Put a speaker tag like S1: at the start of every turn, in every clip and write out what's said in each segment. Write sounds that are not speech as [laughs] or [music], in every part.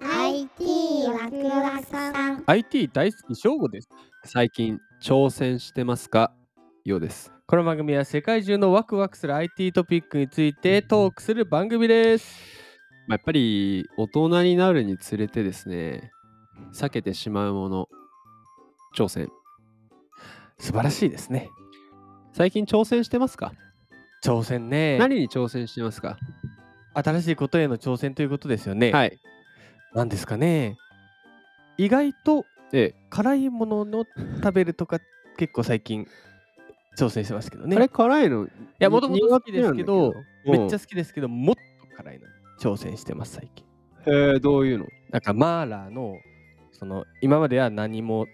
S1: IT ワクワクさん
S2: IT 大好き翔吾です
S3: 最近挑戦してますかようです
S2: この番組は世界中のワクワクする IT トピックについてトークする番組です
S3: まあやっぱり大人になるにつれてですね避けてしまうもの挑戦
S2: 素晴らしいですね
S3: 最近挑戦してますか
S2: 挑戦ね
S3: 何に挑戦してますか
S2: 新しいことへの挑戦ということですよね
S3: はい
S2: なんですかね意外と
S3: え
S2: 辛いものの食べるとか結構最近挑戦してますけど
S3: え
S2: ね
S3: あれ辛いのい
S2: いや、もともと好きですけど、
S3: うん
S2: めっちゃ好きですけど、もっと辛いのに挑戦してます、最近。
S3: えーどういうの
S2: なんか、マーラーの、その、今までは何も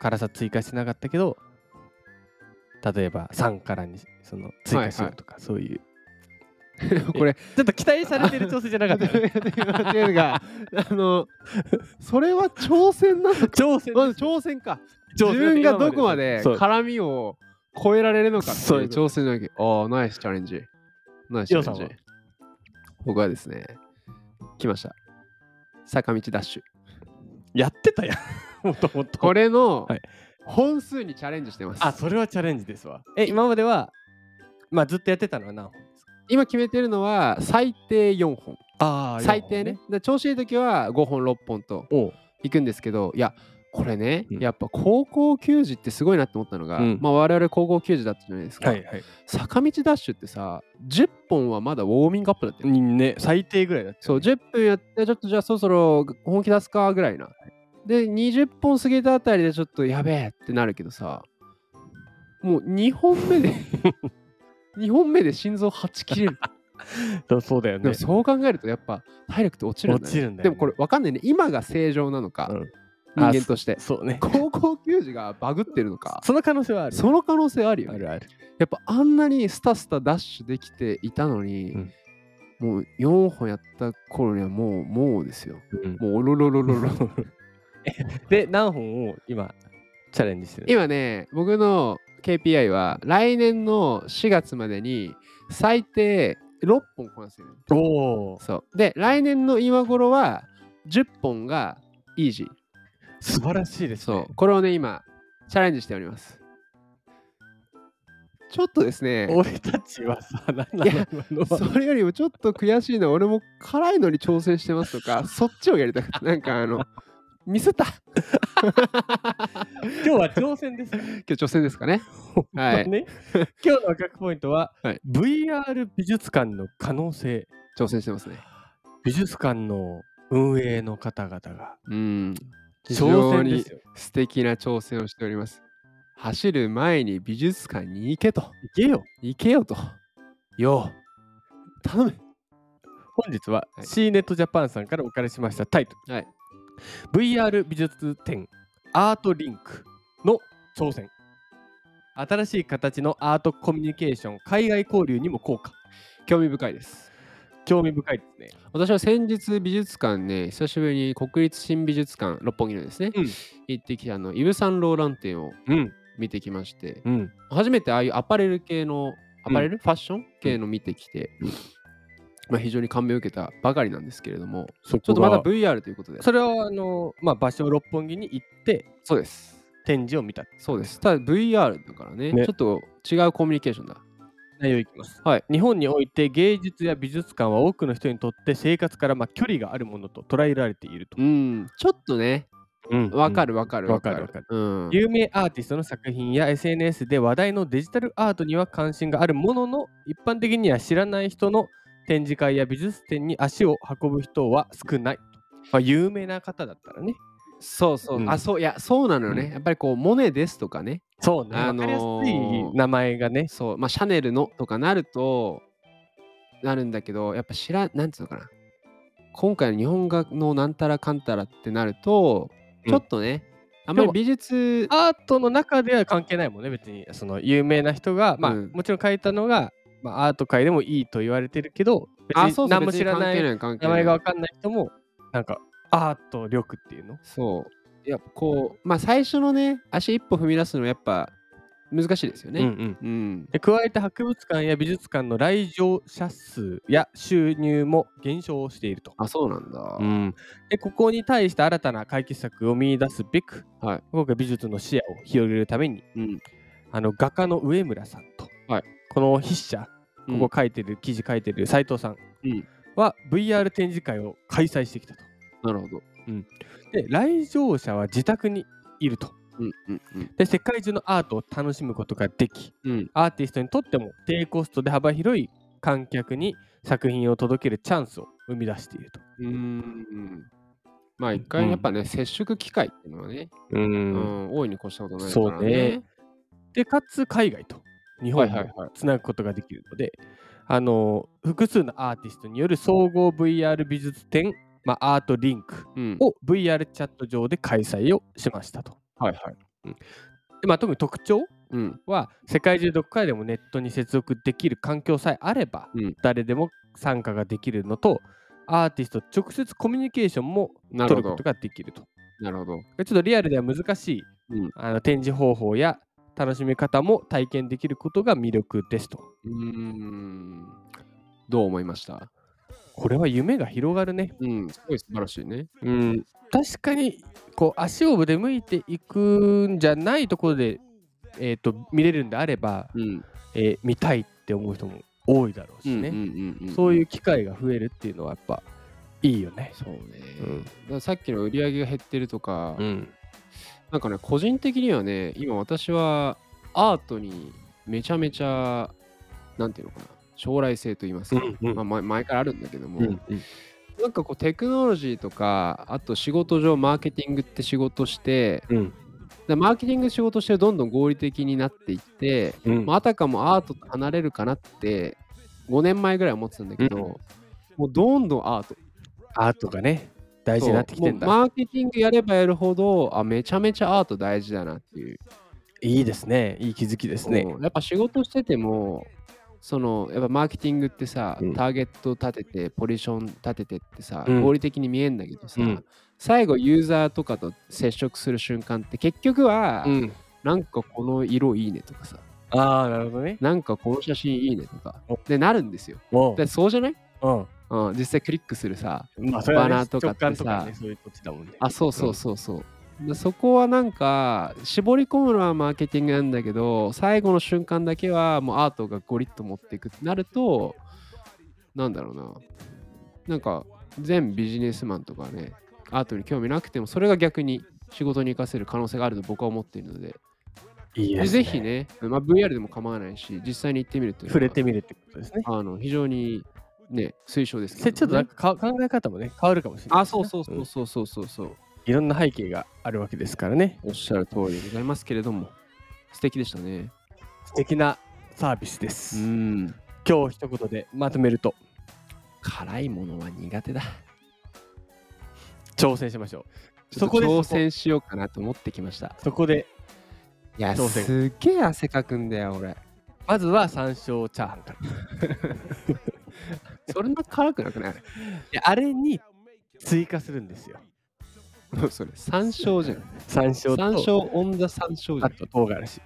S2: 辛さ追加してなかったけど、例えば3からにその追加しようとか、そういう。
S3: [laughs] これ
S2: ちょっと期待されてる挑戦じゃなか
S3: 間
S2: った
S3: [laughs]
S2: ね。
S3: 違えるがあのそれは挑戦なのか
S2: 挑戦
S3: [laughs] まず挑戦か
S2: 挑
S3: 自
S2: 戦
S3: 分がどこま
S2: 今
S3: で
S2: そう
S3: 絡みを超えられるのかって
S2: そう
S3: い
S2: いう
S3: う
S2: こと
S3: 挑戦なわけ。ああ、ナイスチャレンジ。ナイスチャレン
S2: ようさん
S3: ジ
S2: は。
S3: 僕はですね、来ました。坂道ダッシュ。
S2: やってたやん、 [laughs] もともと。
S3: これの
S2: はい
S3: 本数にチャレンジしてます。
S2: あ、それはチャレンジですわ。え、今までは、まあ、ずっとやってたのは何本ですか
S3: 今決めてるのは最低4本。
S2: あ
S3: 最低ね。。で調子いい時は5本、6本と
S2: おう
S3: 行くんですけど、いや、これね、
S2: うん
S3: やっぱ高校球児ってすごいなって思ったのが、
S2: うん
S3: まあ我々高校球児だったじゃないですか。
S2: はいはい。
S3: 坂道ダッシュってさ、10本はまだウォーミングアップだったよね
S2: ね、最低ぐらいだった。
S3: そう、10分やって、ちょっとじゃあそろそろ本気出すかぐらいな。で、20本過ぎたあたりでちょっとやべえってなるけどさ、もう2本目
S2: [laughs]
S3: で、2本目で心臓はち切れる。
S2: そう [laughs] そうだよ
S3: で
S2: ね
S3: も。そう考えるとやっぱ体力って落ちるんだね。
S2: 落ちるんだ
S3: で
S2: よね
S3: もこれわかんないね。今が正常なのか、
S2: うん
S3: 人間として。
S2: そうね。
S3: 高校球児がバグってるのか。
S2: その可能性はある。
S3: その可能性あるよね、
S2: るある。
S3: やっぱあんなにスタスタダッシュできていたのに、
S2: うん
S3: もう4本やった頃にはもうもうですよ。
S2: うん
S3: もうおろろろ
S2: [laughs]
S3: ろろ。
S2: で、何本を今、チャレンジしてる
S3: 今ね、僕の KPI は来年の4月までに最低6本こなせる。
S2: おお
S3: そう。で、来年の今頃は10本がイージー。
S2: 素晴らしいです
S3: そ
S2: ね。
S3: う。これをね、今、チャレンジしております。ちょっとですね、
S2: 俺たちはさ、何なの
S3: いや
S2: 今のは
S3: それよりもちょっと悔しいのは俺も辛いのに挑戦してますと
S2: [laughs]
S3: かそっちをやりたくてなんかあのミスった
S2: 今日は挑戦です。
S3: 今日挑戦ですかねはい
S2: [laughs] ね、今日の赤くポイントは、
S3: はい
S2: VR 美術館の可能性。
S3: 挑戦してますね
S2: 美術館の運営の方々が
S3: うん非
S2: 挑
S3: 常
S2: 戦で
S3: に
S2: すよ。
S3: 素敵な挑戦をしております走る前に美術館に行けと
S2: 行けよ。
S3: 行けよとよう頼む
S2: 本日は
S3: はい
S2: C ネットジャパンさんからお借りしましたタイトル、
S3: はい
S2: VR 美術展アートリンクの挑戦新しい形のアートコミュニケーション海外交流にも効果
S3: 興味深いです
S2: 興味深いですね
S3: 私は先日美術館ね久しぶりに国立新美術館六本木のですね、
S2: うん
S3: 行ってきたあのイヴ・サンローラン展を
S2: うん
S3: 見てきまして
S2: うん
S3: 初めてああいうアパレル系のアパレル、ファッション系の見てきて、まあ、非常に感銘を受けたばかりなんですけれども
S2: そこ
S3: ちょっとまだ VR ということで
S2: それはあの、まあ、場所を六本木に行って
S3: そうです
S2: 展示を見た
S3: そうですただ VR だからね
S2: ね
S3: ちょっと違うコミュニケーションだ
S2: 内容いきます、
S3: はい、
S2: 日本において芸術や美術館は多くの人にとって生活からまあ距離があるものと捉えられていると
S3: う、んちょっとね
S2: うん
S3: わかるわかるわかる
S2: わかる
S3: うん
S2: 有名アーティストの作品や SNS で話題のデジタルアートには関心があるものの一般的には知らない人の展示会や美術展に足を運ぶ人は少ないと、まあ、有名な方だったらね
S3: そうそう、
S2: うん
S3: あそういやそうなのよね、
S2: うん
S3: やっぱりこうモネですとかね
S2: そうね、
S3: あのー
S2: わかりやすい名前がね
S3: そうまあシャネルのとかなるとなるんだけどやっぱ知らなんつうのかな今回の日本画のなんたらかんたらってなると
S2: うん
S3: ちょっとね、あんまり美術
S2: アートの中では関係ないもんね別にその有名な人が、まあ
S3: うん
S2: もちろん書いたのが、まあ、アート界でもいいと言われてるけど
S3: あ
S2: 別
S3: そうそう
S2: に何も知らな
S3: 別
S2: い
S3: に関係
S2: 名
S3: ない関係ない
S2: 前がわかんない人もなんかアート力っていうの
S3: そうやっぱこうまあ最初のね足一歩踏み出すのはやっぱ難しいですよ
S2: うんう
S3: ね。
S2: ん
S3: うん。
S2: で加えて博物館や美術館の来場者数や収入も減少していると。
S3: あ、そうなんだ。
S2: うん、でここに対して新たな解決策を見出すべく、
S3: はい
S2: 僕は美術の視野を広げるために、
S3: うん
S2: あの画家の上村さんと、
S3: はい
S2: この筆者
S3: うん
S2: ここ書いてる、記事書いてる斉藤さん
S3: うん
S2: は VR 展示会を開催してきたと。
S3: なるほど。
S2: で来場者は自宅にいると。
S3: うんうんうん
S2: で世界中のアートを楽しむことができ
S3: うん
S2: アーティストにとっても低コストで幅広い観客に作品を届けるチャンスを生み出していると。
S3: うーん。まあ一回やっぱね、接触機会っていうのはね、うん、大いに越したことないか
S2: そう
S3: ら
S2: ね
S3: ね。。
S2: でかつ海外と日
S3: は
S2: 本
S3: いはい
S2: を
S3: はい。
S2: つなぐことができるので、あの複数のアーティストによる総合 VR 美術展、まあ、アートリンク
S3: うん。
S2: を VR チャット上で開催をしましたと。
S3: はいはい。
S2: でまあ、特に特徴
S3: うん。
S2: は世界中どこからでもネットに接続できる環境さえあれば、
S3: うん
S2: 誰でも参加ができるのとアーティストと直接コミュニケーションも
S3: なる
S2: 取
S3: ほ
S2: るこ
S3: ど
S2: と。ができると。
S3: なるほど。
S2: ちょっとリアルでは難しい、
S3: うん
S2: あの展示方法や楽しみ方も体験できることが魅力ですと。
S3: うーん。どう思いました
S2: これは夢が広がるね。
S3: うん。すごい素晴らしいね。
S2: うん、確かにこう足を腕向いていくんじゃないところで、えー、と見れるんであれば、
S3: うん。
S2: えー見たいって思う人も多いだろうし
S3: うん
S2: ね、
S3: うんうん。
S2: そう
S3: い
S2: いう機会が増えるっていうのはやっぱいいよね
S3: うん。。そうね。
S2: うん
S3: だからさっきの売り上げが減ってるとか、
S2: うん
S3: なんかね、個人的にはね、今私はアートにめちゃめちゃ、なんていうのかな、将来性と言いますか、
S2: うんうん
S3: まあ、前前からあるんだけども、
S2: うん
S3: なんかこうテクノロジーとか、あと仕事上マーケティングって仕事して、
S2: うん
S3: でマーケティング仕事してどんどん合理的になっていって、
S2: うん
S3: まああたかもアートと離れるかなって5年前ぐらいは思ってたんだけど、
S2: うん
S3: もうどんどんアート
S2: アートがね大事になってきてんだ
S3: そうもうマーケティングやればやるほどあめちゃめちゃアート大事だなっていう
S2: いいですねいい気づきですね。
S3: うんやっぱ仕事しててもそのやっぱマーケティングってさ、
S2: うん
S3: ターゲット立ててポジション立ててってさ、
S2: うん
S3: 合理的に見えんだけどさ、
S2: うん
S3: 最後ユーザーとかと接触する瞬間って結局は、
S2: うん
S3: なんかこの色いいねとかさ
S2: ああなるほどね。
S3: なんかこの写真いいねとか
S2: お
S3: でなるんですよ
S2: も
S3: でそうじゃない、
S2: うん
S3: うん、実際クリックするさ
S2: まあ、それはね
S3: バナーとかってさ
S2: 直感とかね、そういうこっちだもんね。
S3: あそうそうそうそう、でそこはなんか絞り込むのはマーケティングなんだけど最後の瞬間だけはもうアートがゴリッと持っていくってなるとなんだろうななんか全ビジネスマンとかねアートに興味なくてもそれが逆に仕事に生かせる可能性があると僕は思っているので
S2: いいです
S3: ぜひ。ね、まあ、VR でも構わないし実際に行ってみるっていうのは
S2: 触れてみるってことですね。
S3: あの非常にね推奨ですけど
S2: せ
S3: ね、
S2: ちょっとなんかか考え方もね、変わるかもしれない。
S3: あそうそうそうそうそうそうそう
S2: いろんな背景があるわけですからね。
S3: おっしゃる通りでございますけれども、素敵でしたね。
S2: 素敵なサービスです。
S3: ん。
S2: 今日一言でまとめると、
S3: 辛いものは苦手だ。
S2: 挑戦しましょう。そ
S3: そこ
S2: こで
S3: で挑
S2: そこ
S3: 戦しようかなと思ってきました。
S2: そこで、
S3: いや、
S2: 挑戦
S3: すっげえ汗かくんだよ、俺。
S2: まずは山椒チャーハンから。
S3: それな辛くなくない
S2: であれに追加するんですよ。
S3: もうそれ、山椒じゃん。
S2: 山椒と
S3: 山椒、オンザ山椒じゃ
S2: あ
S3: ん。
S2: と唐辛子。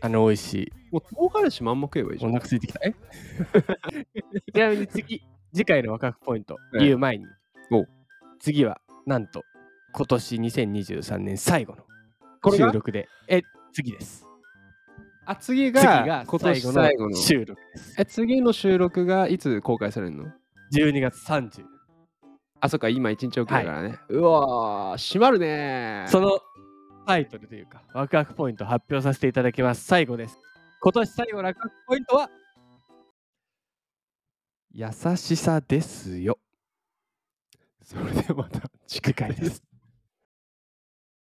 S2: あの美味しい。
S3: もう唐辛子まんま食えばいいじゃ
S2: お
S3: ん。
S2: 腹空いてきた。え [laughs] ちなみに次、次回のワクワクポイント、
S3: ええ
S2: 言う前に
S3: お、
S2: 次はなんと今年2023年最後
S3: こ
S2: の
S3: れが
S2: 収録で、え、次です。
S3: あ、次が
S2: 次が
S3: 今
S2: 最
S3: 年
S2: 後
S3: 最後
S2: の
S3: の。
S2: 収録です。
S3: え、次の収録がいつ公開されるの
S2: 12月30。
S3: あ、そっか、今一日遅れだからね。うわー、閉まるねー。
S2: そのタイトルというか、ワクワクポイント発表させていただきます。最後です。今年最後のワクワクポイントは、優しさですよ。
S3: それではまた。
S2: 次回です。